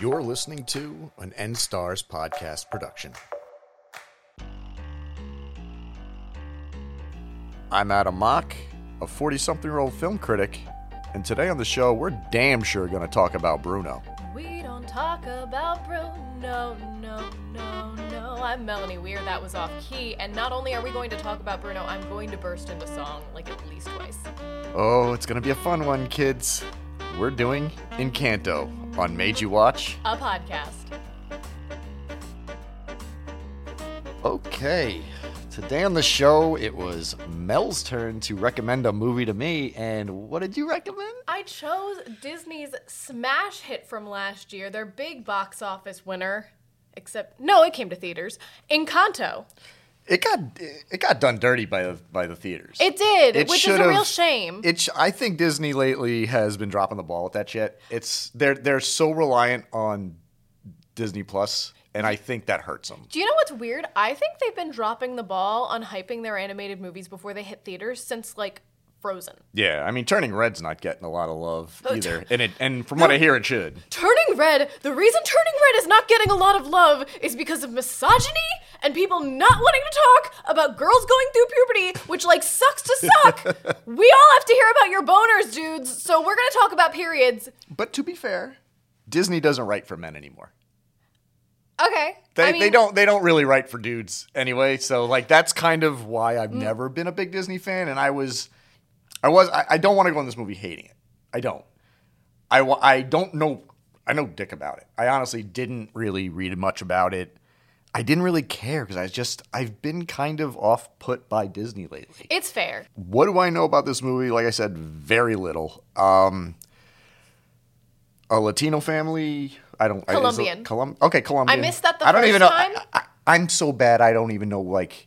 You're listening to an N Stars podcast production. I'm Adam Mock, a 40 something year old film critic, and today on the show, we're damn sure going to talk about Bruno. We don't talk about Bruno, no, no, no. I'm Melanie Weir. That was off key. And not only are we going to talk about Bruno, I'm going to burst into song like at least twice. Oh, it's going to be a fun one, kids. We're doing Encanto on Made You Watch. A podcast. Okay. Today on the show, it was Mel's turn to recommend a movie to me, and what did you recommend? I chose Disney's smash hit from last year, their big box office winner. Except, no, it came to theaters. Encanto. It got it got done dirty by the by the theaters. It did, which is a should've- real shame. It sh- I think Disney lately has been dropping the ball with that shit. It's they're they're so reliant on Disney Plus, and I think that hurts them. Do you know what's weird? I think they've been dropping the ball on hyping their animated movies before they hit theaters since like Frozen. Yeah, I mean, Turning Red's not getting a lot of love Oh, either, and it and from what I hear, it should. Turning Red, the reason Turning Red is not getting a lot of love is because of misogyny and people not wanting to talk about girls going through puberty, which like sucks to suck. we all have to hear about your boners, dudes, so we're gonna talk about periods. But to be fair, Disney doesn't write for men anymore. Okay. They, I mean, they don't they don't really write for dudes anyway. So like that's kind of why Mm. I've never been a big Disney fan, and I was, I was I, I don't want to go in this movie hating it. I don't. I wa- I don't know. I know dick about it. I honestly didn't really read much about it. I didn't really care because I was just I've been kind of off put by Disney lately It's fair. what do I know about this movie? Like I said, very little. Um, a Latino family. I don't. I- is it Colombian. Colom- okay, Colombian. I missed that the I don't first even know. time. I, I, am so bad. I don't even know. Like,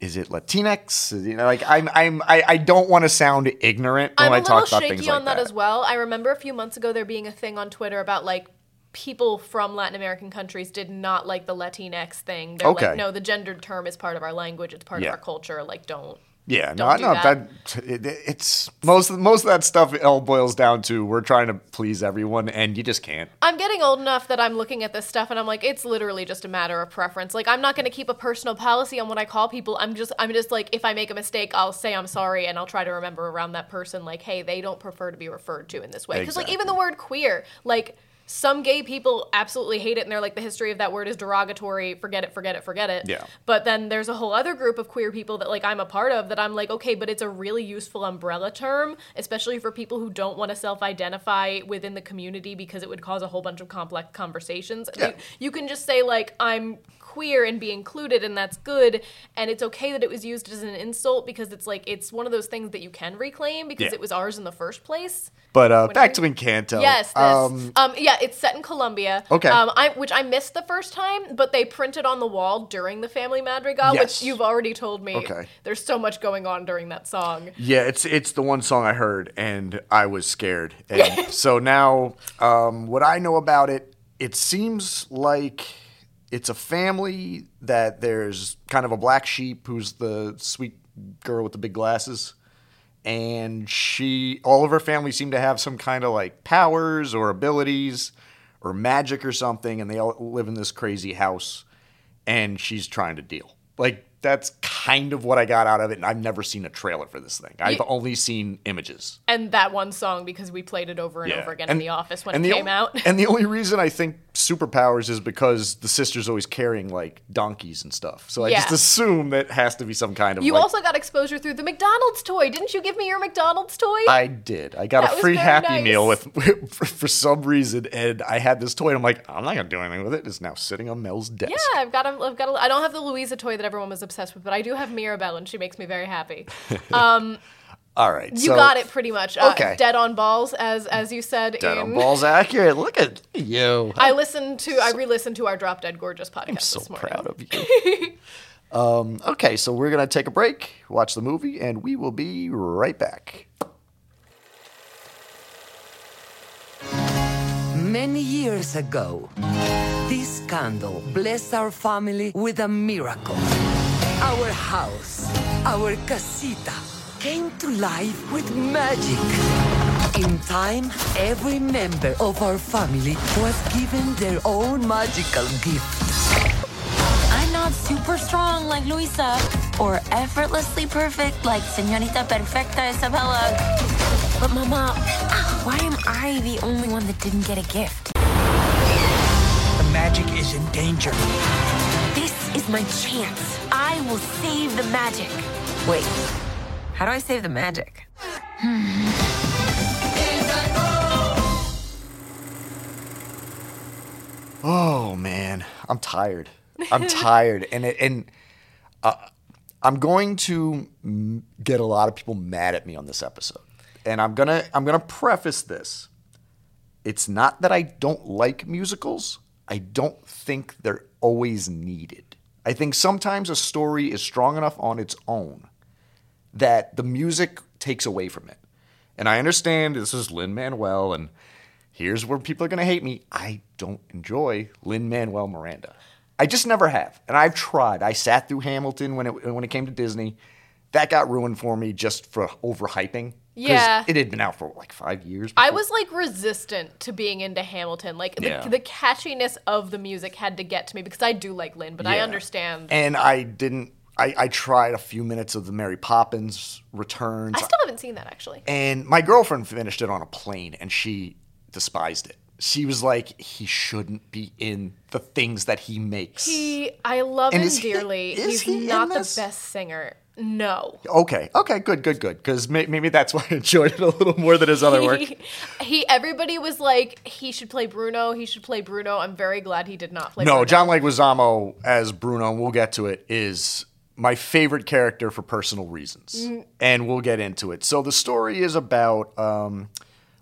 is it Latinx? Is- You know, like I'm. I'm. I, I don't want to sound ignorant when I'm I a little talk about shaky things on like that. as well. I remember a few months ago there being a thing on Twitter about like people from Latin American countries did not like the Latinx thing. They're Okay. like, no, the gendered term is part of our language, it's part Yeah. of our culture. Like, don't. Yeah, no, Don't I do know that. that. it, it's most of, most of that stuff. It all boils down to we're trying to please everyone, and you just can't. I'm getting old enough that I'm looking at this stuff and I'm like, it's literally just a matter of preference. Like, I'm not going to keep a personal policy on what I call people. I'm just, I'm just like, if I make a mistake, I'll say I'm sorry and I'll try to remember around that person, like, hey, they don't prefer to be referred to in this way. Because, like, even the word queer, like, some gay people absolutely hate it and they're like, the history of that word is derogatory. Forget it, forget it, forget it. Yeah. But then there's a whole other group of queer people that like I'm a part of that I'm like, okay, but it's a really useful umbrella term, especially for people who don't want to self-identify within the community because it would cause a whole bunch of complex conversations. Yeah. You, you can just say like I'm queer and be included and that's good and it's okay that it was used as an insult because it's like it's one of those things that you can reclaim because Yeah. it was ours in the first place. But uh, back to you- Encanto. Yes, this. Um, Um, yeah, it's set in Colombia. Okay. Um, I, which I missed the first time, but they printed on the wall during the Family Madrigal, Yes. which you've already told me. Okay. There's so much going on during that song. Yeah, it's it's the one song I heard, and I was scared. And so now, um, what I know about it, it seems like it's a family that there's kind of a black sheep who's the sweet girl with the big glasses, and she, all of her family seem to have some kind of like powers or abilities or magic or something, and they all live in this crazy house, and she's trying to deal. Like that's kind of what I got out of it, and I've never seen a trailer for this thing. I've You- only seen images. And that one song because we played it over and over again in the office when and it the came o- out. and the only reason I think superpowers is because the sister's always carrying like donkeys and stuff. So I just Yeah. assume that has to be some kind of. You like- also got exposure through the McDonald's toy. Didn't you give me your McDonald's toy? I did. I got That a was free very Happy nice. Meal with, for, for some reason, and I had this toy. and I'm like, I'm not gonna do anything with it. It's now sitting on Mel's desk. yeah, I've got a, I've got a, I don't have the Louisa toy that everyone was obsessed with, but I do have Mirabelle, and she makes me very happy. All right. You got it pretty much. Uh, Okay. Dead on balls, as as you said. Dead in, on balls accurate. Look at you. I listened to I re-listened to our Drop Dead Gorgeous podcast I'm so this morning. proud of you. um, okay, so we're going to take a break, watch the movie, and we will be right back. Many years ago, this candle blessed our family with a miracle. Our house, our casita, came to life with magic. In time, every member of our family was given their own magical gift. I'm not super strong like Luisa or effortlessly perfect like Senorita Perfecta Isabella. But, Mama, why am I the only one that didn't get a gift? The magic is in danger. This is my chance. I will save the magic. Wait, how do I save the magic? Oh man, I'm tired. I'm tired, and it, and uh, I'm going to m- get a lot of people mad at me on this episode. And I'm gonna I'm gonna preface this. It's not that I don't like musicals. I don't think they're always needed. I think sometimes a story is strong enough on its own that the music takes away from it. And I understand this is Lin Manuel, and here's where people are going to hate me. I don't enjoy Lin Manuel Miranda. I just never have, and I've tried. I sat through Hamilton when it when it came to Disney. That got ruined for me just for overhyping. 'cause Yeah. it had been out for like five years. I before- was like resistant to being into Hamilton. Like Yeah. the, the catchiness of the music had to get to me because I do like Lynn, but I Yeah. understand. and I didn't. I, I tried a few minutes of the Mary Poppins returns. I still haven't seen that actually. And my girlfriend finished it on a plane and she despised it. She was like, he shouldn't be in the things that he makes. He, I love And him is he- dearly. is He's he in not the this? best singer. No. okay, okay, good, good, good. Because may- maybe that's why I enjoyed it a little more than his other work. He, he everybody was like he should play Bruno, he should play Bruno. I'm very glad he did not play no, Bruno. John Leguizamo as Bruno, and we'll get to it, is my favorite character for personal reasons. Mm. And we'll get into it. So the story is about um,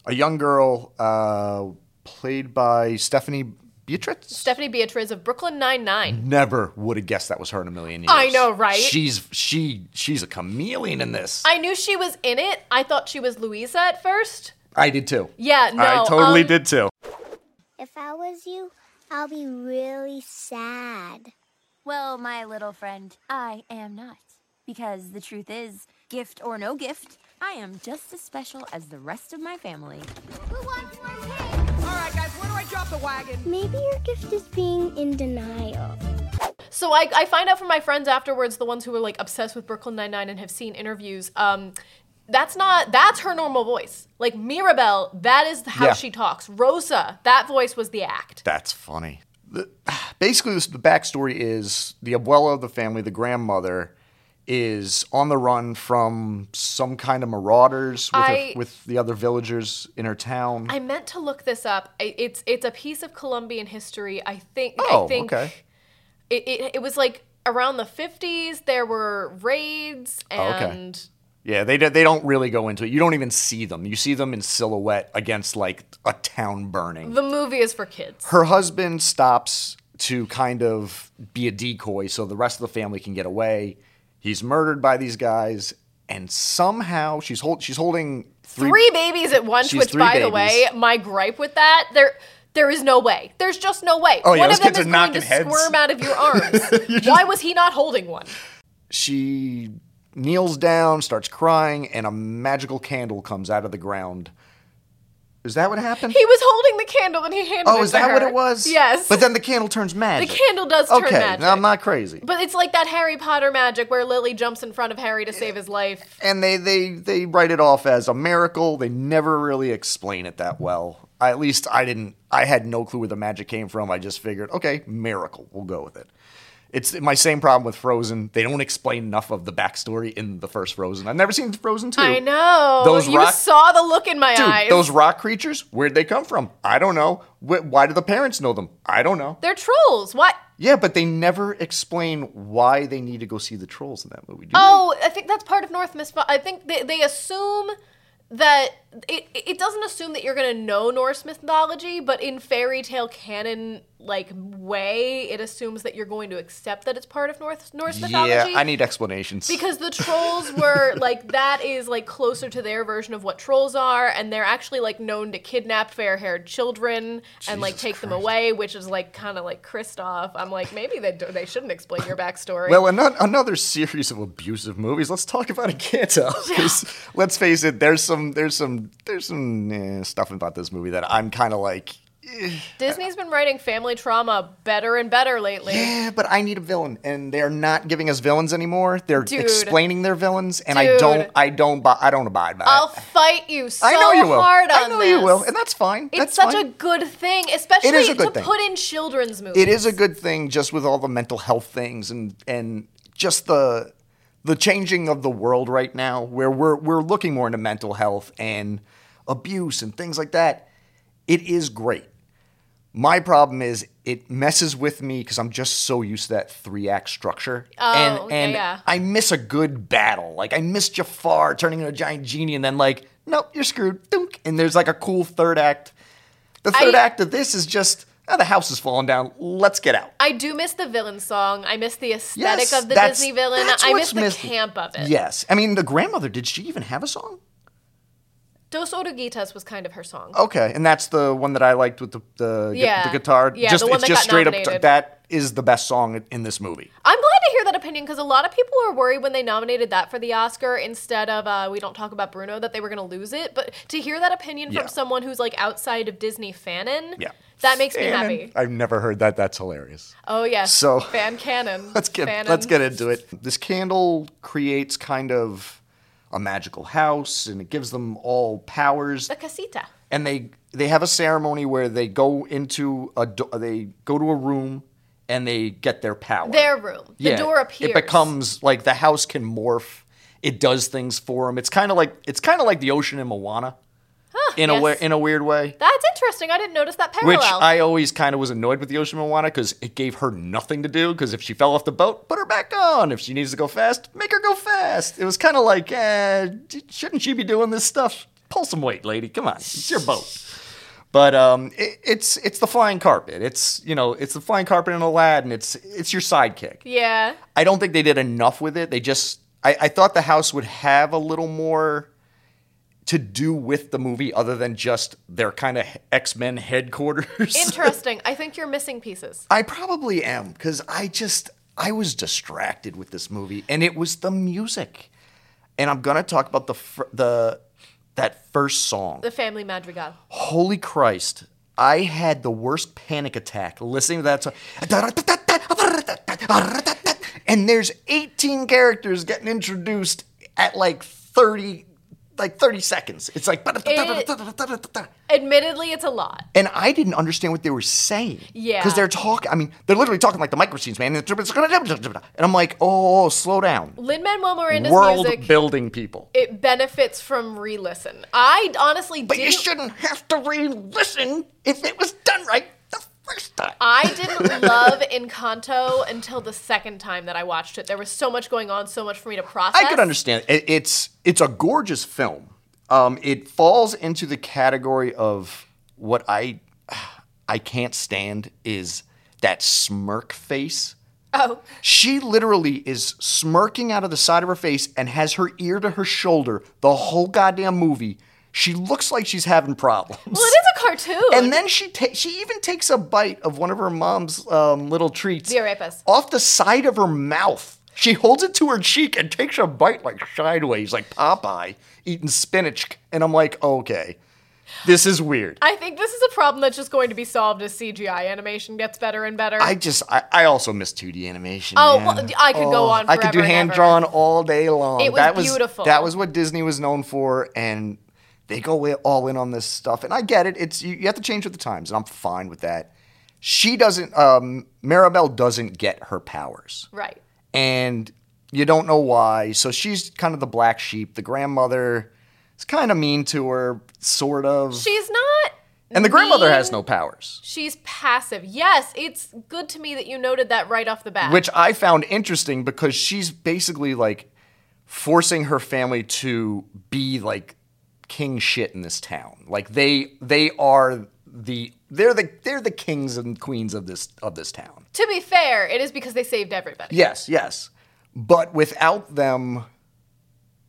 a young girl uh, played by Stephanie Beatriz. Stephanie Beatriz of Brooklyn Nine Nine. never would have guessed that was her in a million years. I know, right? She's she she's a chameleon in this. I, I knew she was in it. I thought she was Louisa at first. did too. Yeah, no. I totally um, did too. If I was you, I'll be really sad. Well, my little friend, I am not. Because the truth is, gift or no gift, I am just as special as the rest of my family. Maybe your gift is being in denial. So I, I find out from my friends afterwards, the ones who were like obsessed with Brooklyn Nine Nine and have seen interviews. Um, that's not that's her normal voice. Like Mirabelle, that is how Yeah. she talks. Rosa, that voice was the act. That's funny. The- basically, this, the backstory is the abuela of the family, the grandmother, is on the run from some kind of marauders with, her, I- with the other villagers in her town. I meant to look this up. I- It's it's a piece of Colombian history. I think. oh, I think okay. It, it it was like around the fifties. There were raids Oh, okay. and. Yeah, they do- they don't really go into it. You don't even see them. You see them in silhouette against like a town burning. The movie is for kids. her husband stops to kind of be a decoy so the rest of the family can get away. He's murdered by these guys, and somehow she's hold, she's holding three. three babies at once, She's which three by the babies. way, my gripe with that, there there is no way. There's just no way. Oh, One yeah, those of them kids is are going knocking to heads. squirm out of your arms. Why was he not holding one? She kneels down, starts crying, and a magical candle comes out of the ground. Is that what happened? He was holding the candle and he handed it oh, is to that what her. it was? Yes. But then the candle turns magic. candle does turn okay, magic. now I'm not crazy. But it's like that Harry Potter magic where Lily jumps in front of Harry to save his life. and they they they write it off as a miracle. They never really explain it that well. I, at least I didn't. I had no clue where the magic came from. I just figured, okay, miracle. We'll go with it. It's my same problem with Frozen. They don't explain enough of the backstory in the first Frozen. I've never seen Frozen two. I know. Those you rock- saw the look in my Dude, eyes. those rock creatures, where'd they come from? I don't know. Wh- why do the parents know them? I don't know. They're trolls. What? Yeah, but they never explain why they need to go see the trolls in that movie. Do they? Oh, I think that's part of North Miss. I think they, they assume that it, it doesn't assume that you're going to know Norse mythology, but in fairy tale canon like way, it assumes that you're going to accept that it's part of North Norse mythology. yeah, I need explanations. because the trolls were like that is like closer to their version of what trolls are, and they're actually like known to kidnap fair-haired children and like take them away, which is like kind of like Kristoff. I'm like maybe they do, they shouldn't explain your backstory. Well, ano- another series of abusive movies. Let's talk about Encanto. 'cause let's face it, there's some there's some some there's some eh, stuff about this movie that I'm kind of like, Disney's been writing family trauma better and better lately. eh, but I need a villain, and they are not giving us villains anymore. They're Dude. explaining their villains, and I Dude. don't, I don't, bu- I don't abide by. I'll it. fight you so I know you will. hard on I know you this. will, and that's fine. It's that's such fine. a good thing, especially It is a good to thing. put in children's movies. it is a good thing just with all the mental health things and and just the the changing of the world right now where we're we're looking more into mental health and abuse and things like that it is great my problem is it messes with me because I'm just so used to that three act structure, and Oh, yeah, and yeah. I miss a good battle. Like I miss Jafar turning into a giant genie, and then like, nope, you're screwed. Dunk, and there's like a cool third act. The third I- act of this is just oh, the house is falling down. Let's get out. I do miss the villain song. I miss the aesthetic Yes, of the that's- Disney villain. that's I what's miss the missing. camp of it. Yes, I mean the grandmother. Did she even have a song? Dos Oruguitas was kind of her song. Okay, and that's the one that I liked with the the, gu- Yeah. the guitar. Yeah, just the one it's that just got straight up. nominated. That is the best song in this movie. I'm glad to hear that opinion because a lot of people were worried when they nominated that for the Oscar instead of uh, We Don't Talk About Bruno that they were going to lose it. But to hear that opinion Yeah. from someone who's like outside of Disney fanon, Yeah. that makes me Fanon. happy. I've never heard that. That's hilarious. Oh, yes. So- fan canon. Let's get Fanon. let's get into it. This candle creates kind of a magical house, and it gives them all powers. The casita. and they they have a ceremony where they go into a do- they go to a room and they get their power. Their room. The door appears. It becomes like the house can morph. It does things for them. It's kind of like it's kind of like the ocean in Moana, in a yes. way, in a weird way. That's interesting. I didn't notice that parallel. Which I always kind of was annoyed with the ocean in Moana because it gave her nothing to do. Because if she fell off the boat, put her back on. If she needs to go fast, make her go fast. It was kind of like, eh, shouldn't she be doing this stuff? Pull some weight, lady. Come on, it's your boat. But um, it, it's it's the flying carpet. It's you know it's the flying carpet in Aladdin. It's it's your sidekick. yeah. I don't think they did enough with it. They just I, I thought the house would have a little more to do with the movie other than just their kind of X-Men headquarters. Interesting. I think you're missing pieces. I probably am cuz I just I was distracted with this movie and it was the music. And I'm going to talk about the fir- the that first song. The family madrigal. Holy Christ. I had the worst panic attack listening to that song. And there's 18 characters getting introduced at like 30 like 30 seconds. It's like Admittedly, it's a lot. and I didn't understand what they were saying. Yeah. Because they're talking, I mean, they're literally talking like the micro scenes, man. And I'm like, oh, slow down. Lin Manuel Miranda's World music. building people. it benefits from re-listen. I honestly But you didn't. shouldn't have to re listen if it was done right the first time. I didn't love Encanto until the second time that I watched it. There was so much going on, so much for me to process. I could understand. It, it's it's a gorgeous film. Um, it falls into the category of what I I can't stand is that smirk face. Oh, She literally is smirking out of the side of her face and has her ear to her shoulder the whole goddamn movie. She looks like she's having problems. well, it is a cartoon. And then she ta- she even takes a bite of one of her mom's um, little treats. The arepas. Off the side of her mouth. She holds it to her cheek and takes a bite like sideways, like Popeye eating spinach. And I'm like, okay, this is weird. I think this is a problem that's just going to be solved as CGI animation gets better and better. I just, I, I also miss 2D animation. Oh, man. Oh, well, I could go on I could do forever and hand ever. drawn all day long. It was that was beautiful. That was what Disney was known for, and they go i- all in on this stuff. And I get it. It's you, you have to change with the times, and I'm fine with that. She doesn't. Um, Maribel doesn't get her powers, right. and you don't know why. So she's kind of the black sheep. The grandmother is kind of mean to her, sort of. She's not. and the grandmother mean. has no powers. She's passive. Yes, it's good to me that you noted that right off the bat. which I found interesting because she's basically like forcing her family to be like king shit in this town. Like they they are the they're the they're the kings and queens of this of this town. to be fair, it is because they saved everybody. Yes, yes. But without them,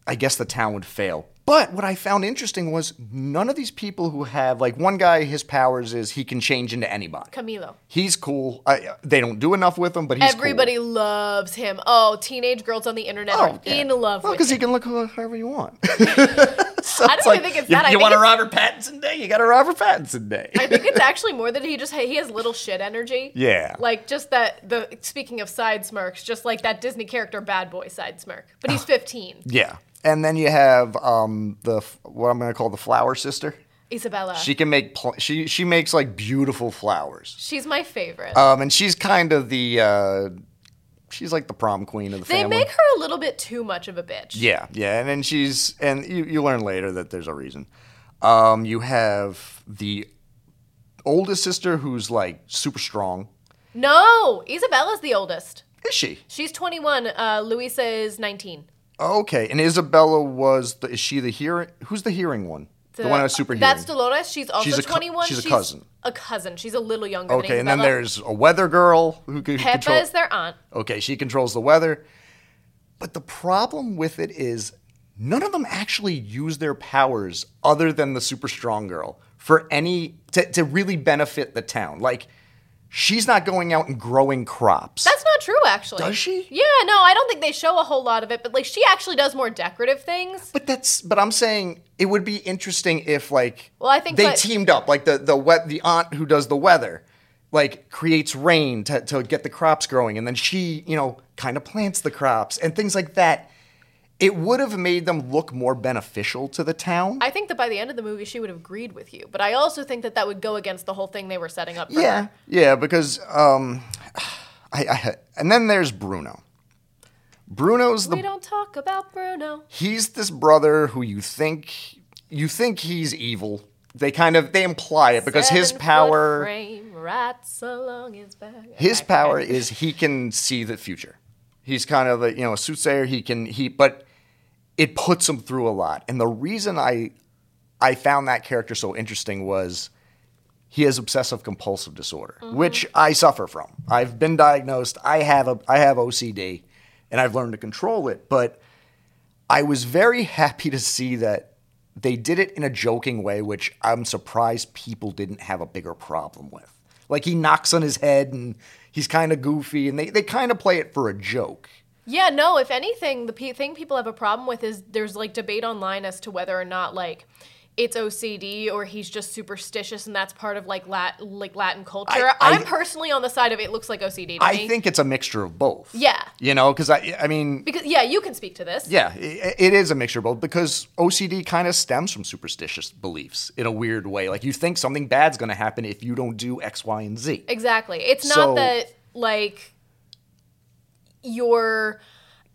I guess the town would fail But what I found interesting was none of these people who have like one guy, his powers is he can change into anybody. Camilo. He's cool. I, they don't do enough with him, but he's cool. Oh, Everybody loves him. Oh, teenage girls on the internet are yeah. in love Well, with him. because he can look who- however you want. I don't even think it's you that. I you think want a it's- Robert Pattinson day? You got a Robert Pattinson day. I think it's actually more that he just he has little shit energy. Yeah. Like just that the speaking of side smirks, just like that Disney character bad boy side smirk. But he's 15. yeah. And then you have um, the f- what I'm going to call the flower sister. Isabella. She can make pl- she she makes like beautiful flowers. she's my favorite. Um, and she's kind of the uh, she's like the prom queen of the they family. make her a little bit too much of a bitch. Yeah, yeah, and then she's and you, you learn later that there's a reason. Um, you have the oldest sister who's like super strong. No, Isabella's the oldest. Is she She's 21, uh Luisa is 19. okay? And Isabella was the is she the hearing? Who's the hearing one? The, one who's super That's hearing. Dolores. She's also She's a cou- 21. she's a cousin. A cousin. She's a little younger okay, and than then Isabella. there's a weather girl who can Peppa control. is their aunt. okay, she controls the weather. But the problem with it is none of them actually use their powers other than the super strong girl for any to, to really benefit the town. Like she's not going out and growing crops. That's not true, actually. Does she? Yeah, no, I don't think they show a whole lot of it, but like she actually does more decorative things. but that's but I'm saying it would be interesting if like Well, I think they what- teamed up like the the wet the aunt who does the weather like creates rain to, to get the crops growing and then she you know kind of plants the crops and things like that. It would have made them look more beneficial to the town. I think that by the end of the movie, she would have agreed with you, but I also think that that would go against the whole thing they were setting up. For Yeah, her. yeah, because um, I, I and then there's Bruno. Bruno's we the don't talk about Bruno. he's this brother who you think you think he's evil. They kind of they imply it because his Seven-foot power frame, rats along his back. his Okay. power is he can see the future. He's kind of a you know a soothsayer. He can he but it puts him through a lot. And the reason I I found that character so interesting was he has obsessive compulsive disorder, which I suffer from. I've been diagnosed. I have a I have OCD, and I've learned to control it. But I was very happy to see that they did it in a joking way, which I'm surprised people didn't have a bigger problem with. Like he knocks on his head and he's kind of goofy, and they, they kind of play it for a joke. Yeah, no, if anything, the pe- thing people have a problem with is there's like debate online as to whether or not like it's OCD or he's just superstitious and that's part of like Lat- like Latin culture. I- I, am personally on the side of it looks like OCD to I me. think it's a mixture of both. Yeah. you know, because I I mean because yeah, you can speak to this. Yeah, i- it is a mixture of both because OCD kind of stems from superstitious beliefs in a weird way. Like you think something bad's going to happen if you don't do X, Y, and Z. Exactly. It's not So- that like your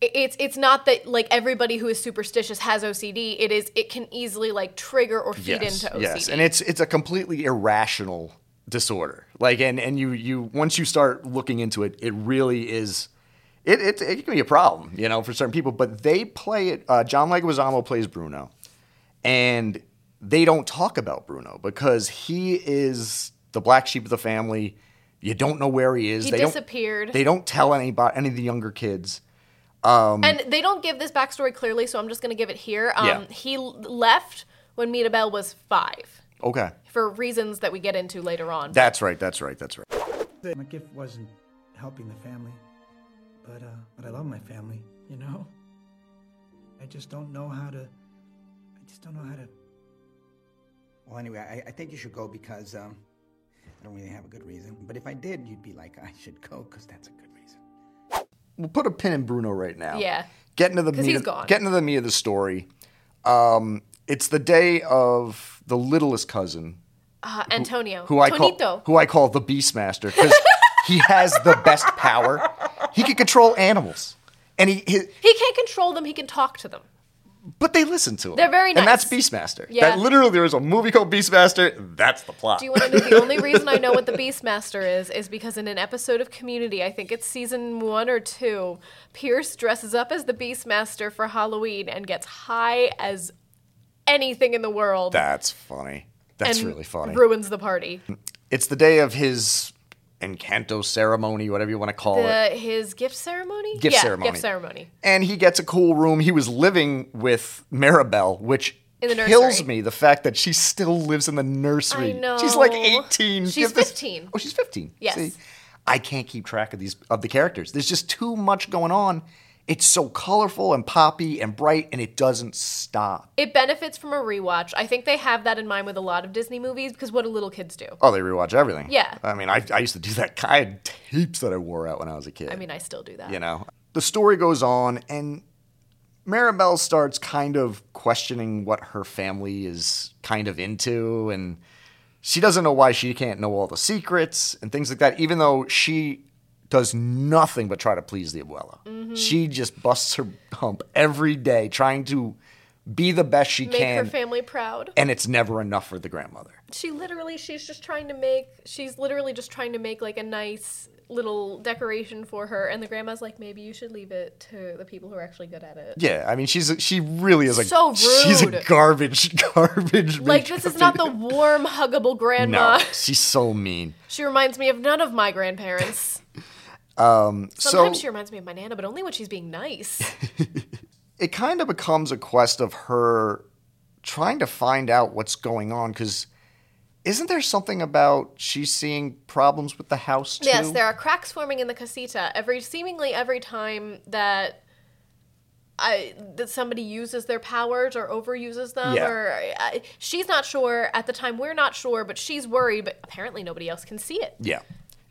i- it's it's not that like everybody who is superstitious has OCD. It is it can easily like trigger or feed into OCD. yes, and it's it's a completely irrational disorder. Like and and you you once you start looking into it, it really is. It, it, it can be a problem, you know, for certain people. But they play it. Uh, John Leguizamo plays Bruno, and they don't talk about Bruno because he is the black sheep of the family. You don't know where he is. He they don't- disappeared. they don't tell anybody any of the younger kids. and they don't give this backstory clearly, so I'm just going to give it here. Um Mm. Yeah. he l- left when Mita Bell was 5 Okay. for reasons that we get into later on. That's right. That's right. That's right. My gift wasn't helping the family, but uh, but I love my family, you know. I just don't know how to. I just don't know how to. Well, anyway, I, I think you should go because um, I don't really have a good reason. But if I did, you'd be like, I should go because that's a good reason. We'll put a pin in Bruno right now. Yeah. Getting to the 'Cause meat. he's of, gone. Getting to the meat of the story. Um, it's the day of the littlest cousin, Uh, Antonio. who I Tonito. call who I call the Beastmaster because he has the best power. He can control animals, and he, he he can't control them, he can talk to them. but they listen to him. They're very and that's nice. Beastmaster. Yeah. That literally there is a movie called Beastmaster. That's the plot. Do you want to know the only reason I know what the Beastmaster is? Is because in an episode of Community, I think it's season one or two, Pierce dresses up as the Beastmaster for Halloween and gets high as anything in the world. that's funny. That's and really funny. Ruins the party. It's the day of his encanto ceremony, whatever you want to call it. The, Uh, his gift ceremony? Gift yeah, ceremony. Gift ceremony. And he gets a cool room. He was living with Maribel, which in the nursery. kills me the fact that she still lives in the nursery. I She's like know. 18. She's Give this- 15. Oh, she's 15. Yes. See, I can't keep track of these of the characters. There's just too much going on. It's so colorful and poppy and bright and it doesn't stop. It benefits from a rewatch. I think they have that in mind with a lot of Disney movies because what do little kids do? Oh, they rewatch everything. Yeah. I mean, I, I used to do that. I had tapes that I wore out when I was a kid. I mean, I still do that. you know the story goes on and maribel starts kind of questioning what her family is kind of into and she doesn't know why she can't know all the secrets and things like that even though she does nothing but try to please the abuela Mm-hmm. she just busts her hump every day trying to be the best she Make her can family proud. and it's never enough for the grandmother She literally, she's just trying to make, she's literally just trying to make like a nice little decoration for her. And the grandma's like, maybe you should leave it to the people who are actually good at it. yeah i mean she's a, she really is like So she's a rude. garbage garbage Like, this is not the warm, huggable grandma. no she's so mean She reminds me of none of my grandparents. so Sometimes she reminds me of my nana, but only when she's being nice. it kind of becomes a quest of her trying to find out what's going on because isn't there something about she's seeing problems with the house too? Yes, there are cracks forming in the casita every seemingly every time that I that somebody uses their powers or overuses them Yeah. or I, she's not sure at the time we're not sure but she's worried but apparently nobody else can see it. Yeah.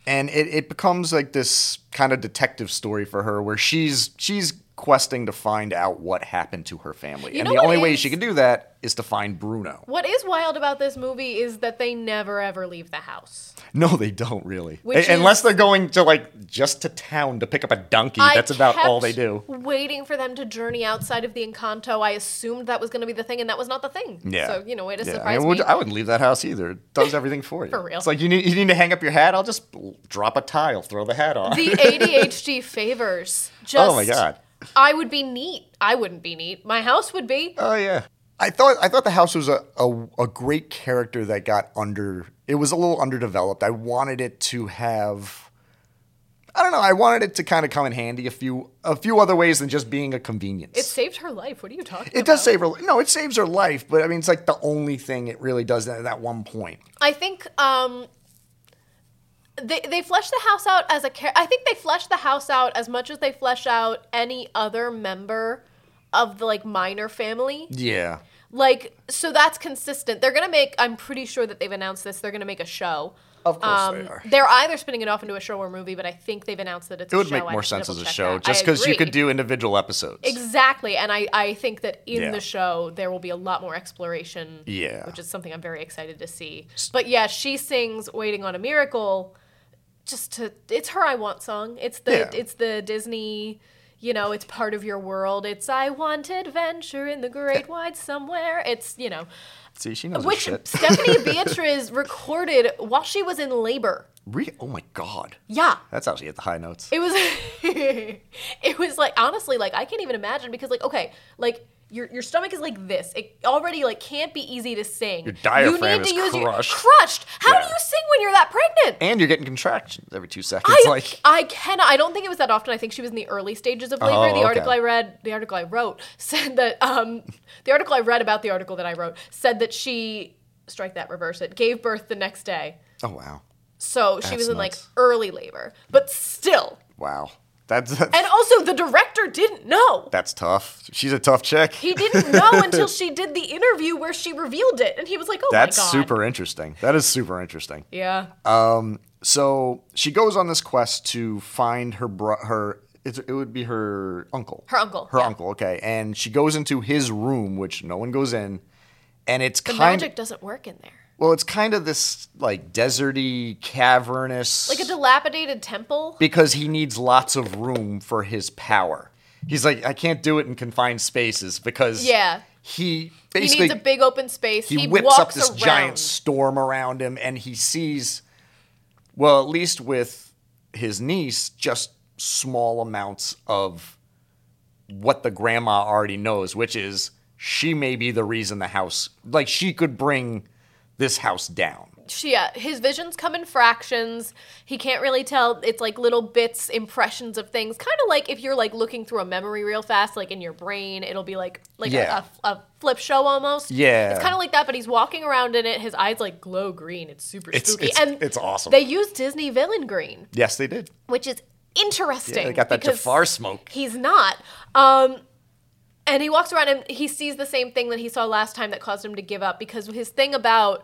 And it, it becomes like this kind of detective story for her where she's she's questing to find out what happened to her family. You and know the what only way is- she can do that is to find Bruno. What is wild about this movie is that they never ever leave the house. No, they don't really. Which A- Unless is- they're going to like just to town to pick up a donkey. I That's about all they kept do. Waiting for them to journey outside of the Encanto, I assumed that was going to be the thing, and that was not the thing. Yeah. So you know, it is Yeah, I mean, surprising. would- I wouldn't leave that house either. It does everything for you. For real. It's like you need you need to hang up your hat. I'll just l- drop a tile, throw the hat on. the ADHD favors. Just, Oh my God. I would be neat. I wouldn't be neat. My house would be. oh yeah. I thought I thought the house was a, a a great character that got under. It was a little underdeveloped. I wanted it to have. I don't know. I wanted it to kind of come in handy a few a few other ways than just being a convenience. It saved her life. What are you talking about? it does save her. No, it saves her life, but I mean, it's like the only thing it really does at that one point. I think um they they flesh the house out as a char- I think they flesh the house out as much as they flesh out any other member of the like minor family. Yeah. Like so that's consistent. They're going to make I'm pretty sure that they've announced this. They're going to make a show. Of course Um, they are. they're either spinning it off into a show or movie, but I think they've announced that it's It a would show. make I more have to sense as a double-check show, that. just I because you agree. could do individual episodes. Exactly, and I, I think that in Yeah. the show there will be a lot more exploration. Yeah. which is something I'm very excited to see. But yeah, she sings "Waiting on a Miracle," just to it's her "I Want" song. It's the Yeah. it's the Disney, you know, it's part of your world. It's "I Want Adventure in the Great Wide Somewhere." It's you know, See, she knows her which shit. Stephanie Beatriz recorded while she was in labor. Re- oh my god, Yeah, that's how she hit the high notes. it was it was like honestly like i can't even imagine because like okay like your, your stomach is like this it already like can't be easy to sing your diaphragm is your, crushed. crushed how do Yeah. you sing when you're that pregnant and you're getting contractions every two seconds. I, like, I cannot. I don't think it was that often. I think she was in the early stages of labor. Oh, the okay. article I read, the article I wrote, said that um, the article I read about the article that I wrote said that she strike that, reverse it, gave birth the next day. oh wow, So she That's was in like nuts. early labor, but still. wow, that's that's, And also, the director didn't know. that's tough. She's a tough chick. He oh didn't know until she did the interview where she revealed it, and he was like, "Oh that's my god, super Uh, interesting. That is super interesting. Yeah, So she goes on this quest to find her bro- her. It's, it would be her uncle. Her uncle, Her yeah. uncle. Okay, and she goes into his room, which no one goes in, and it's the kind. magic doesn't work in there. well, it's kind of this like deserty, cavernous, Like a dilapidated temple. because he needs lots of room for his power. He's like, I can't do it in confined spaces because Yeah. he He basically needs a big open space. he He, whips walks up this around. giant storm around him and he sees well at least with his niece just small amounts of what the grandma already knows which is she may be the reason the house like she could bring this house down she, yeah, his visions come in fractions. He can't really tell. It's like little bits, impressions of things. Kind of like if you're like looking through a memory real fast, like in your brain, it'll be like like a- Yeah. a, a, flip show almost. Yeah. it's kind of like that. But he's walking around in it. His eyes like glow green. It's super It's- spooky. it's- and it's awesome. They use Disney villain green Yes, they did. which is interesting. Yeah, they got that because Jafar smoke. He's not. Um, and he walks around and he sees the same thing that he saw last time that caused him to give up because his thing about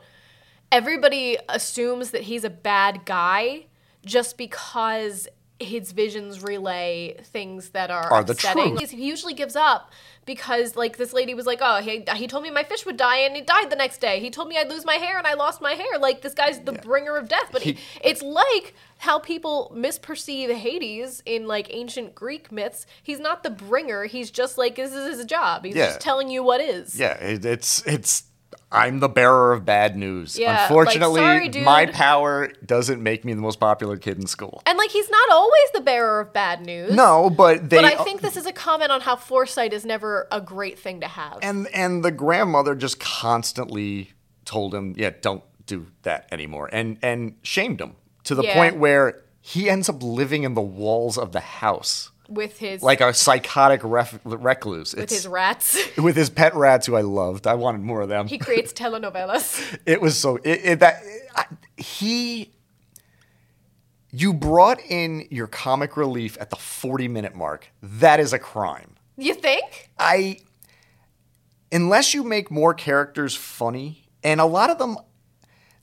everybody assumes that he's a bad guy just because his visions relay things that are, Are the upsetting. truth. He usually gives up because like this lady was like, "Oh, he he told me my fish would die and he died the next day. He told me I'd lose my hair and I lost my hair." Like this guy's the bringer of death, but he, it's like how people misperceive Hades in like ancient Greek myths. He's not the bringer. He's just like this is his job. He's Yeah. just telling you what is. Yeah, it, it's it's. I'm the bearer of bad news. Yeah, like, Unfortunately, sorry, dude. my power doesn't make me the most popular kid in school. And like he's not always the bearer of bad news. No, but they But I think this is a comment on how foresight is never a great thing to have. and and the grandmother just constantly told him, yeah, don't do that anymore, and and shamed him to the Yeah. point where he ends up living in the walls of the house with his like a psychotic ref- recluse. with his rats. with his pet rats, who I loved. I wanted more of them. he creates telenovelas. It was so it, it, that I, he. You brought in your comic relief at the 40 minute mark. That is a crime. You think? I unless you make more characters funny, and a lot of them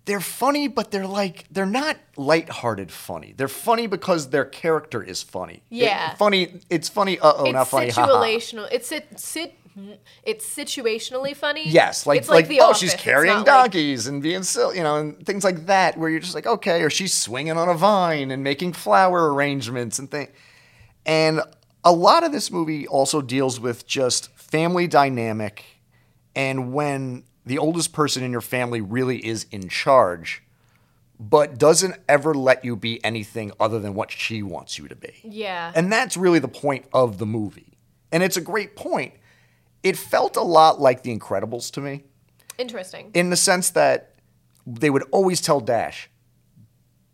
they're funny, but they're like they're not lighthearted funny. They're funny because their character is funny. It- Yeah. funny. It's funny. Uh oh, it's not funny. ha, ha. situational. It's sit, sit, it's situationally funny. Yes, like it's like, The oh, Office. she's It's carrying not like- donkeys and being silly, you know, and things like that, where you're just like, okay, or she's swinging on a vine and making flower arrangements and things. And a lot of this movie also deals with just family dynamic, and when the oldest person in your family really is in charge, but doesn't ever let you be anything other than what she wants you to be. yeah. And that's really the point of the movie. And it's a great point. It felt a lot like The Incredibles to me Interesting. in the sense that they would always tell Dash,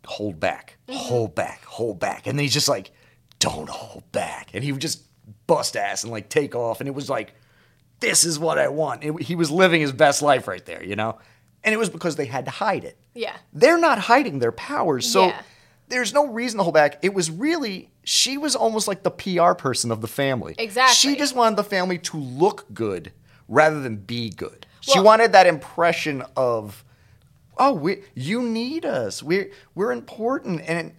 hold back, Mm-hmm. hold back, hold back. And then he's just like, don't hold back. And he would just bust ass and like take off. And it was like, this is what I want. It- he was living his best life right there, you know? And it was because they had to hide it yeah. they're not hiding their powers. So Yeah. there's no reason to hold back. It was really, she was almost like the PR person of the family. Exactly. She just wanted the family to look good rather than be good. she Well- wanted that impression of, oh, we, you need us. We're, we're important. And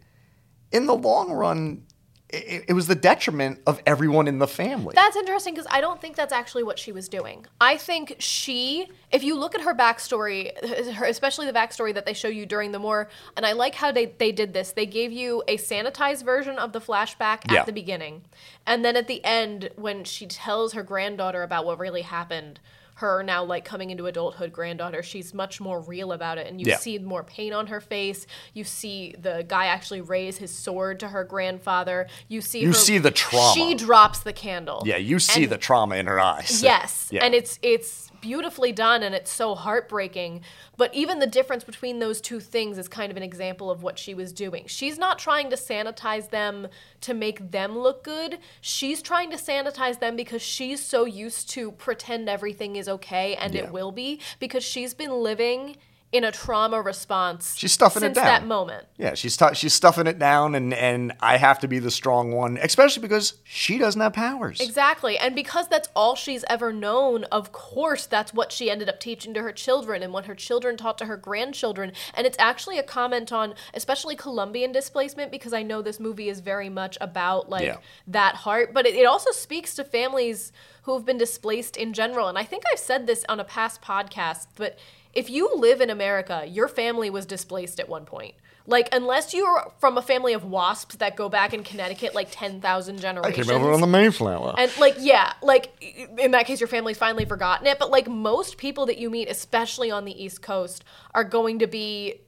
in the long run, it, it was the detriment of everyone in the family. That's interesting because I don't think that's actually what she was doing. I think she, if you look at her backstory, her, especially the backstory that they show you during the more, and I like how they, they did this. They gave you a sanitized version of the flashback Yeah. at the beginning. And then at the end, when she tells her granddaughter about what really happened, her now like coming into adulthood granddaughter, she's much more real about it. And you Yeah. see more pain on her face. You see the guy actually raise his sword to her grandfather. You see You her- see the trauma. She drops the candle. yeah, you see the trauma in her eyes. Yes, Yeah. and it's it's beautifully done, and it's so heartbreaking. But even the difference between those two things is kind of an example of what she was doing. She's not trying to sanitize them to make them look good. She's trying to sanitize them because she's so used to pretend everything is okay and Yeah. it will be because she's been living in a trauma response. She's stuffing it since down. that moment. Yeah, she's stu- she's stuffing it down, and and I have to be the strong one, especially because she doesn't have powers. Exactly. And because that's all she's ever known, of course, that's what she ended up teaching to her children and what her children taught to her grandchildren. And it's actually a comment on, especially Colombian displacement, because I know this movie is very much about like Yeah. that heart, but it, it also speaks to families who have been displaced in general. And I think I've said this on a past podcast, but if you live in America, your family was displaced at one point. Like, unless you're from a family of wasps that go back in Connecticut like 10,000 I generations. came over on the Mayflower. And like, yeah, like in that case, your family's finally forgotten it. But like most people that you meet, especially on the East Coast, are going to be,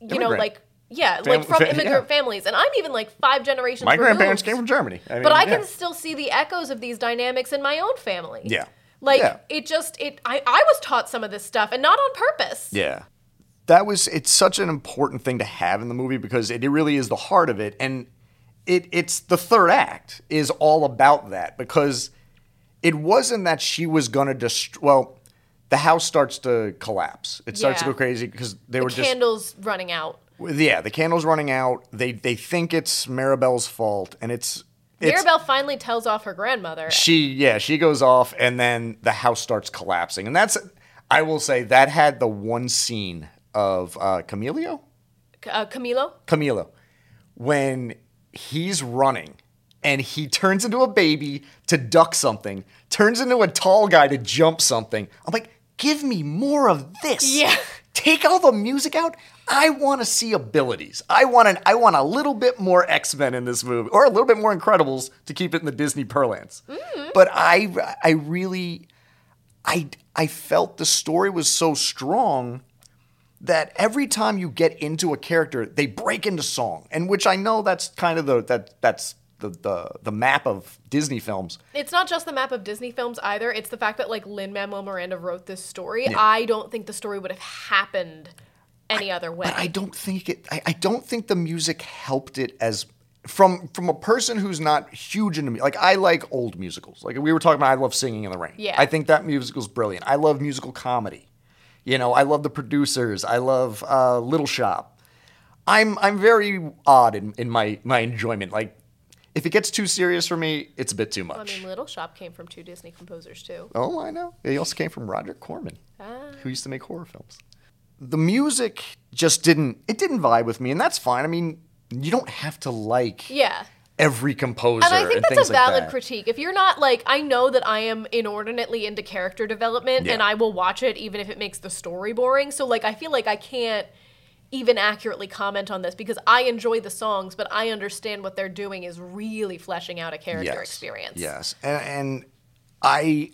you know, Immigrant. like yeah, Fam- like from fa- immigrant yeah. families. And I'm even like five generations. My grandparents removed. came from Germany. I mean, but I yeah. can still see the echoes of these dynamics in my own family. Yeah. Like Yeah. it just it I, I was taught some of this stuff and not on purpose. Yeah. that was it's such an important thing to have in the movie because it, it really is the heart of it and it it's the third act is all about that because it wasn't that she was going to destroy well the house starts to collapse it starts to Yeah. go crazy because they were just Candles running out. yeah the candle's running out they they think it's maribel's fault and it's it's Mirabelle finally tells off her grandmother. she yeah she goes off and then the house starts collapsing and that's i will say that had the one scene of uh camilio Uh, Camilo? camilo when he's running and he turns into a baby to duck something turns into a tall guy to jump something i'm like give me more of this Yeah. take all the music out i want to see abilities i want an i want a little bit more x-men in this movie or a little bit more incredibles to keep it in the disney parlance but i i really I I felt the story was so strong that every time you get into a character, they break into song. And which I know that's kind of the that that's the the, the map of Disney films. It's not just the map of Disney films either. It's the fact that like Lin Manuel Miranda wrote this story. I don't think the story would have happened any other way. But I don't think it I, I don't think the music helped it as from from a person who's not huge into me. Like I like old musicals. Like we were talking about I love singing in the rain. Yeah. I think that musical's brilliant. I love musical comedy. You know, I love the producers. I love uh, Little Shop. I'm I'm very odd in, in my my enjoyment. Like if it gets too serious for me, it's a bit too I much. mean, Little Shop came from two Disney composers too. Oh, I know. It also came from Roger Corman, Ah. who used to make horror films. The music just didn't it didn't vibe with me, and that's fine. I mean, you don't have to like Yeah. every composer And and, I think things that's a valid like that. critique. If you're not like, I know that I am inordinately into character development and Yeah. I will watch it even if it makes the story boring. So, like, I feel like I can't even accurately comment on this because I enjoy the songs, but I understand what they're doing is really fleshing out a character Yes. experience. Yes, and, and I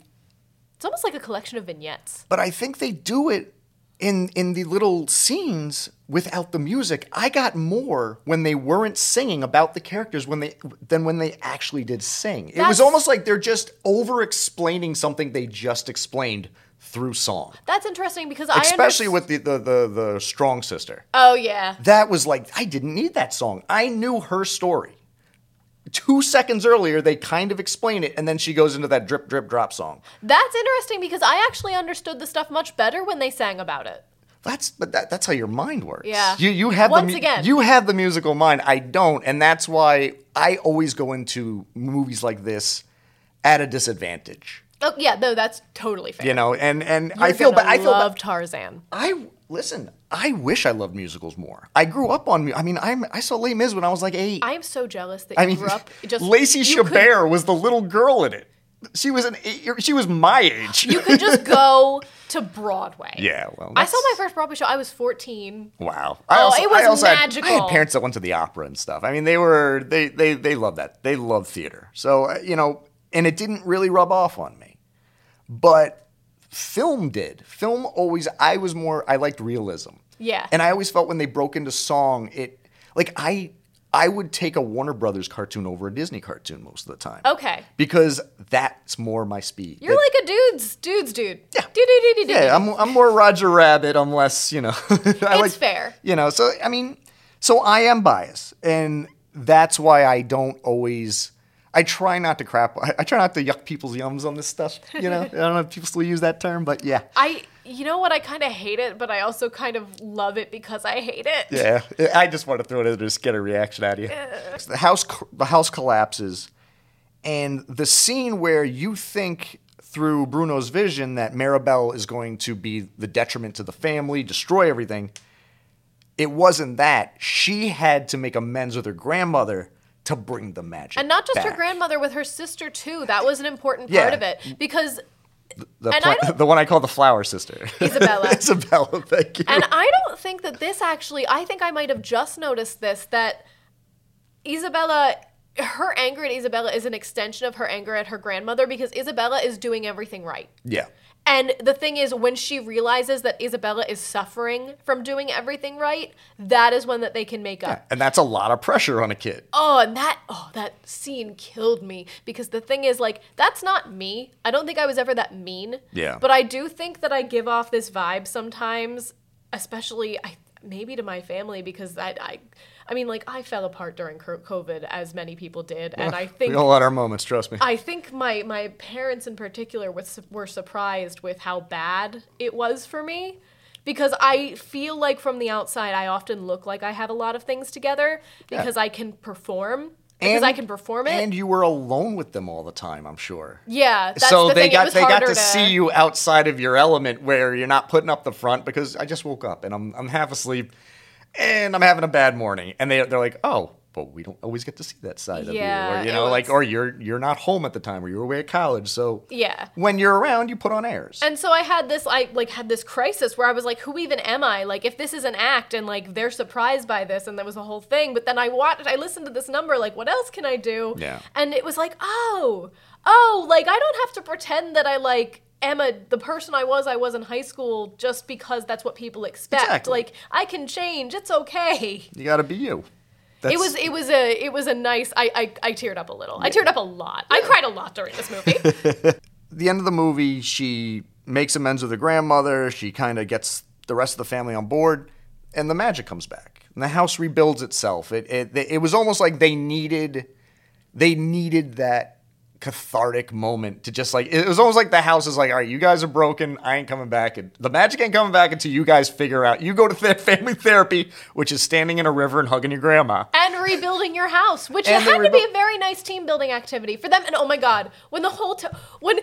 It's almost like a collection of vignettes. but I think they do it in in the little scenes without the music. I got more when they weren't singing about the characters when they than when they actually did sing. It was That's- almost like they're just over explaining something they just explained through song. That's interesting because Especially I underst- with the, the the the strong sister. Oh yeah. That was like I didn't need that song. I knew her story. 2 seconds earlier they kind of explain it and then she goes into that drip drip drop song. That's interesting because I actually understood the stuff much better when they sang about it. That's but that, that's how your mind works. Yeah. You you have Once the mu- again. you have the musical mind. I don't, and that's why I always go into movies like this at a disadvantage. Oh yeah, no, that's totally fair. You know, and and I You're feel gonna ba- I feel ba- love Tarzan. I listen. I wish I loved musicals more. I grew up on. mu- I mean, I'm, I saw Les Mis when I was like eight. I am so jealous that I you mean, grew up just Lacey you could- Chabert was the little girl in it. She was an eight. year- She was my age. you could just go to Broadway. yeah. Well, I saw that's- my first Broadway show. I was 14. Wow. Oh, I also, it was I also had- I magical. had parents that went to the opera and stuff. I mean, they were they they they love that. They love theater. So uh, you know, and it didn't really rub off on me, but film did. Film always. I was more. I liked realism. Yeah. And I always felt when they broke into song, it like I I would take a Warner Brothers cartoon over a Disney cartoon most of the time. Okay. Because that's more my speed. You're That- like a dude's dude's dude. Yeah. yeah, I'm, I'm more Roger Rabbit. I'm less, you know. I it's fair. You know, so I mean, so I am biased, and that's why I don't always. I try not to crap. I, I try not to yuck people's yums on this stuff. You know, I don't know if people still use that term, but yeah, I you know what I kind of hate it, but I also kind of love it because I hate it. yeah. I just want to throw it in there just get a reaction out of you. The house, c- the house collapses, and the scene where you think through Bruno's vision that Maribel is going to be the detriment to the family, destroy everything. It wasn't that. She had to make amends with her grandmother to bring the magic. And not just her back. grandmother with her sister too. That was an important Yeah. part of it because the, and I pla- don't- the one I call the flower sister, Isabella. Isabella, thank you. And I don't think that this actually, I think I might have just noticed this that Isabella, her anger at Isabella is an extension of her anger at her grandmother because Isabella is doing everything right. yeah. And the thing is, when she realizes that Isabella is suffering from doing everything right, that is when that they can make up. And that's a lot of pressure on a kid. Oh, and that oh, that scene killed me because the thing is like that's not me. I don't think I was ever that mean. Yeah. But I do think that I give off this vibe sometimes especially I maybe to my family because I I, I mean like I fell apart during co- COVID as many people did, and I think we all had our moments. Trust me. I think my my parents in particular was, su- were surprised with how bad it was for me because I feel like from the outside I often look like I have a lot of things together because I can perform because I can perform it. And you were alone with them all the time. I'm sure. yeah, that's so the they thing. it got was they got harder to, see you outside of your element where you're not putting up the front because I just woke up and I'm I'm half asleep and I'm having a bad morning and they they're like oh but we don't always get to see that side Yeah, of you or you it know like was- or you're you're not home at the time or you're away at college so Yeah. when you're around you put on airs And so I had this, I like had this crisis where I was like, who even am I? Like, if this is an act and like they're surprised by this, and that was the whole thing. But then I watched, I listened to this number, like, what else can I do? Yeah. And it was like, oh, oh, like I don't have to pretend that I like am a the person I was I was in high school just because that's what people expect. Exactly. Like I can change. It's okay. you got to be you. That's, It was it was a it was a nice. I I, I teared up a little. I teared up a lot. I cried a lot during this movie. the end of the movie, she makes amends with her grandmother. She kind of gets the rest of the family on board, and the magic comes back. And the house rebuilds itself. It it it was almost like they needed they needed that cathartic moment to just like it was almost like the house is like all right you guys are broken i ain't coming back and the magic ain't coming back until you guys figure out you go to th- family therapy which is standing in a river and hugging your grandma and rebuilding your house, which And they had to rebu- be a very nice team building activity for them. And oh my god, when the whole to- when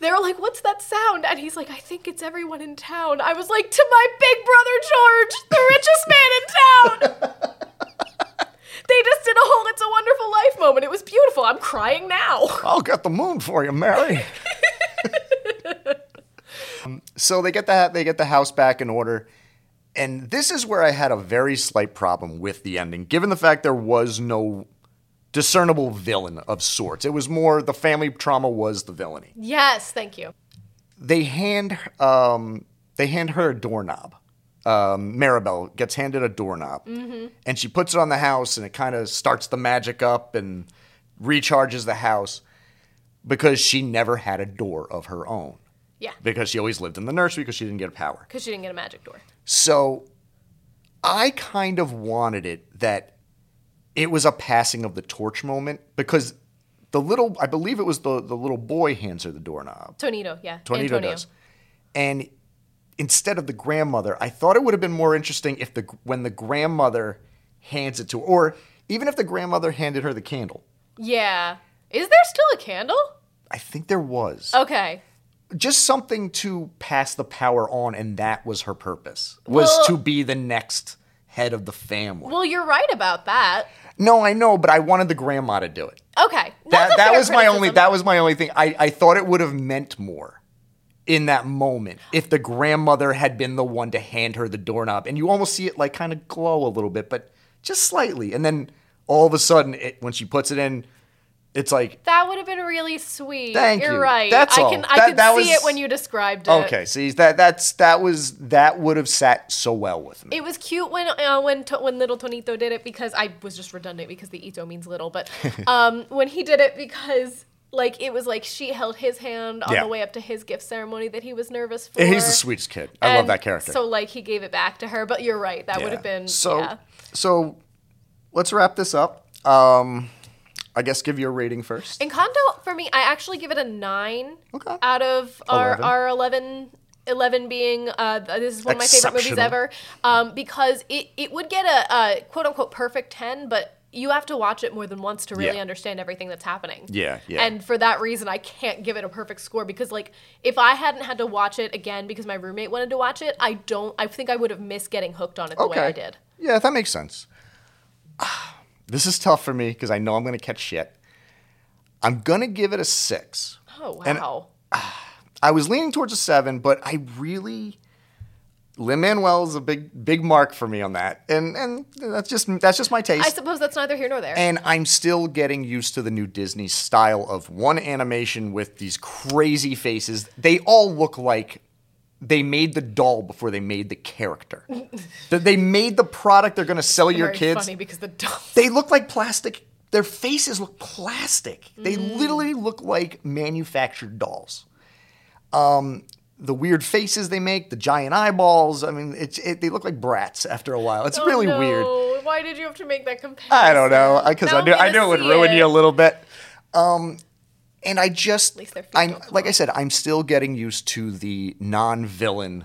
they were like, "What's that sound?" and he's like, "I think it's everyone in town." I was like, "To my big brother George, the richest man in town." They just did a whole "It's a Wonderful Life" moment. It was beautiful. I'm crying now. I'll get the moon for you, Mary. Um, so they get the they get the house back in order, and this is where I had a very slight problem with the ending, given the fact there was no discernible villain of sorts. It was more the family trauma was the villainy. Yes, thank you. They hand um, they hand her a doorknob. Um, Maribel gets handed a doorknob, and she puts it on the house, and it kind of starts the magic up and recharges the house because she never had a door of her own Yeah, because she always lived in the nursery because she didn't get a power. because she didn't get a magic door. So I kind of wanted it that it was a passing of the torch moment because the little I believe it was the the little boy hands her the doorknob. Tornado, yeah. Tornado Antonio. does. And instead of the grandmother, I thought it would have been more interesting if the when the grandmother hands it to her or even if the grandmother handed her the candle. Yeah. Is there still a candle? I think there was. Okay. just something to pass the power on and that was her purpose was Well- to be the next head of the family Well, you're right about that. no i know but i wanted the grandma to do it Okay. That's that, a that fair was my only criticism. that was my only thing I, I thought it would have meant more in that moment if the grandmother had been the one to hand her the doorknob and you almost see it like kind of glow a little bit but just slightly and then all of a sudden it, when she puts it in it's like That would have been really sweet. Thank You're you. right. That's I all. can I That- could that see was- it when you described it. okay see that that's that was that would have sat so well with me It was cute when uh, when to, when little Tonito did it because I was just redundant because the Ito means little, but um, when he did it because like it was like she held his hand on Yeah. the way up to his gift ceremony that he was nervous for. He's the sweetest kid. I love And that character. So like he gave it back to her, but you're right. That would Yeah. have been so. yeah. So let's wrap this up. Um, I guess give you a rating first. Encanto for me, I actually give it a nine Okay. out of our 11. our 11, 11 being uh, th- this is one of my favorite movies Exceptional. ever um, because it it would get a, a quote unquote perfect ten, but you have to watch it more than once to really Yeah. understand everything that's happening. Yeah, yeah. And for that reason, I can't give it a perfect score because like if I hadn't had to watch it again because my roommate wanted to watch it, I don't. I think I would have missed getting hooked on it the way I did. Yeah, that makes sense. Ah, This is tough for me because I know I'm going to catch shit. I'm going to give it a six. Oh wow. And- I was leaning towards a seven, but I really Lin Manuel is a big big mark for me on that, and and that's just that's just my taste. I suppose that's neither here nor there. And I'm still getting used to the new Disney style of one animation with these crazy faces. They all look like they made the doll before they made the character. That they made the product they're going to sell your Very kids. funny because the dolls. They look like plastic. Their faces look Mm. plastic. They literally look like manufactured dolls. Um, the weird faces they make, the giant eyeballs. I mean, it's it, they look like brats after a while. It's really oh, no. weird. Why did you have to make that comparison? I don't know because Now I I'm knew I gonna knew it would see ruin it. you a little bit. Um, and I just, least their feet I'm don't come like I said, I'm still getting used to the non-villain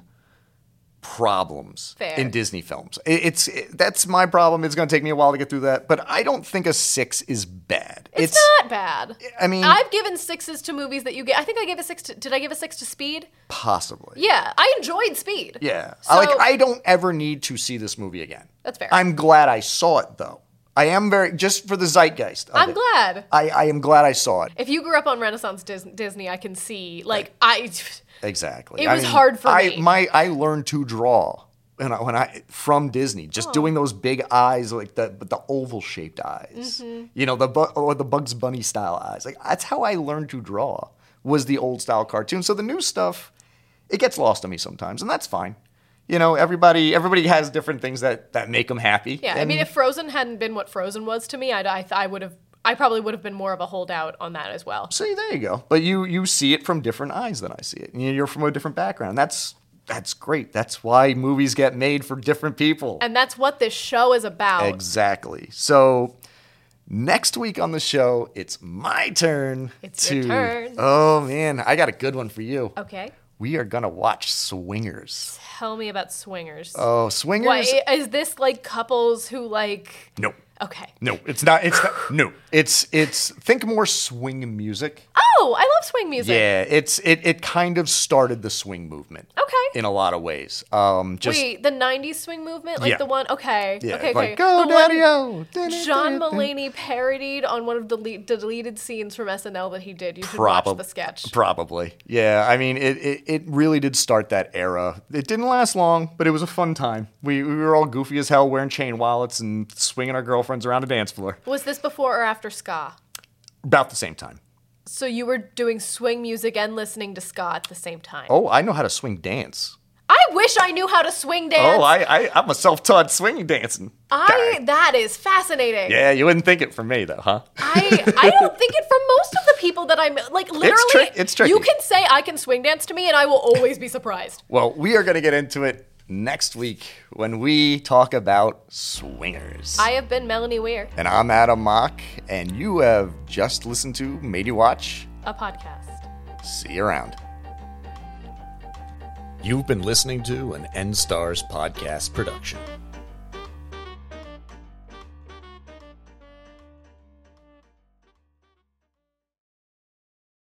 problems Fair. in Disney films. It, it's it- that's my problem. It's going to take me a while to get through that, but I don't think a six is bad. It's, not bad. I mean, I've given sixes to movies that you get. I think I gave a six. To, did I give a six to Speed? possibly. Yeah, I enjoyed Speed. Yeah. So- I like I don't ever need to see this movie again. That's fair. I'm glad I saw it though. I am very just for the zeitgeist. Of I'm it. glad. I, I am glad I saw it. If you grew up on Renaissance Dis- Disney, I can see. Like I, Exactly. It I was hard for I, me. My I learned to draw when I, when I from Disney, Oh. just doing those big eyes, like the but the oval shaped eyes. Mm-hmm. You know the Bu- or the Bugs Bunny style eyes. Like that's how I learned to draw was the old style cartoon. So the new stuff, it gets lost on me sometimes, and that's fine. You know, everybody everybody has different things that that make them happy. yeah. I and- mean, if Frozen hadn't been what Frozen was to me, I'd, I I would have. I probably would have been more of a holdout on that as well. see there you go. But you you see it from different eyes than I see it. You- You're from a different background. That's that's great. That's why movies get made for different people. And that's what this show is about. Exactly. So next week on the show, it's my turn. It's to, your turn. Oh man, I got a good one for you. okay. We are gonna watch Swingers. Tell me about swingers. Oh, Swingers? Why is this like couples who like? No, Okay. no, it's not. It's not, no. It's it's think more swing music. Oh, I love swing music. Yeah, it's it it kind of started the swing movement. Okay. In a lot of ways. Um, just Wait, the '90s swing movement, like Yeah. the one. Okay. yeah, okay. like okay. go the daddy one o. John Mulaney parodied on one of the le- deleted scenes from SNL that he did. You should watch the sketch. Probably. Yeah. I mean, it, it, it really did start that era. It didn't last long, but it was a fun time. We, we were all goofy as hell wearing chain wallets and swinging our girlfriends around a dance floor. Was this before or after ska? About the same time. So you were doing swing music and listening to ska at the same time. Oh, I know how to swing dance. I wish I knew how to swing dance. Oh, I, I, I'm a self taught swing dancing. I- guy. that is fascinating. Yeah, you wouldn't think it for me, though, huh? I, I don't think it for most of the people that I'm like literally. trick- it's tricky. You can say I can swing dance to me, and I will always be surprised. Well, we are going to get into it next week when we talk about swingers. I have been Melanie Weir, and I'm Adam Mock, and you have just listened to Matey Watch. a podcast. See you around. You've been listening to an NSTARS podcast production.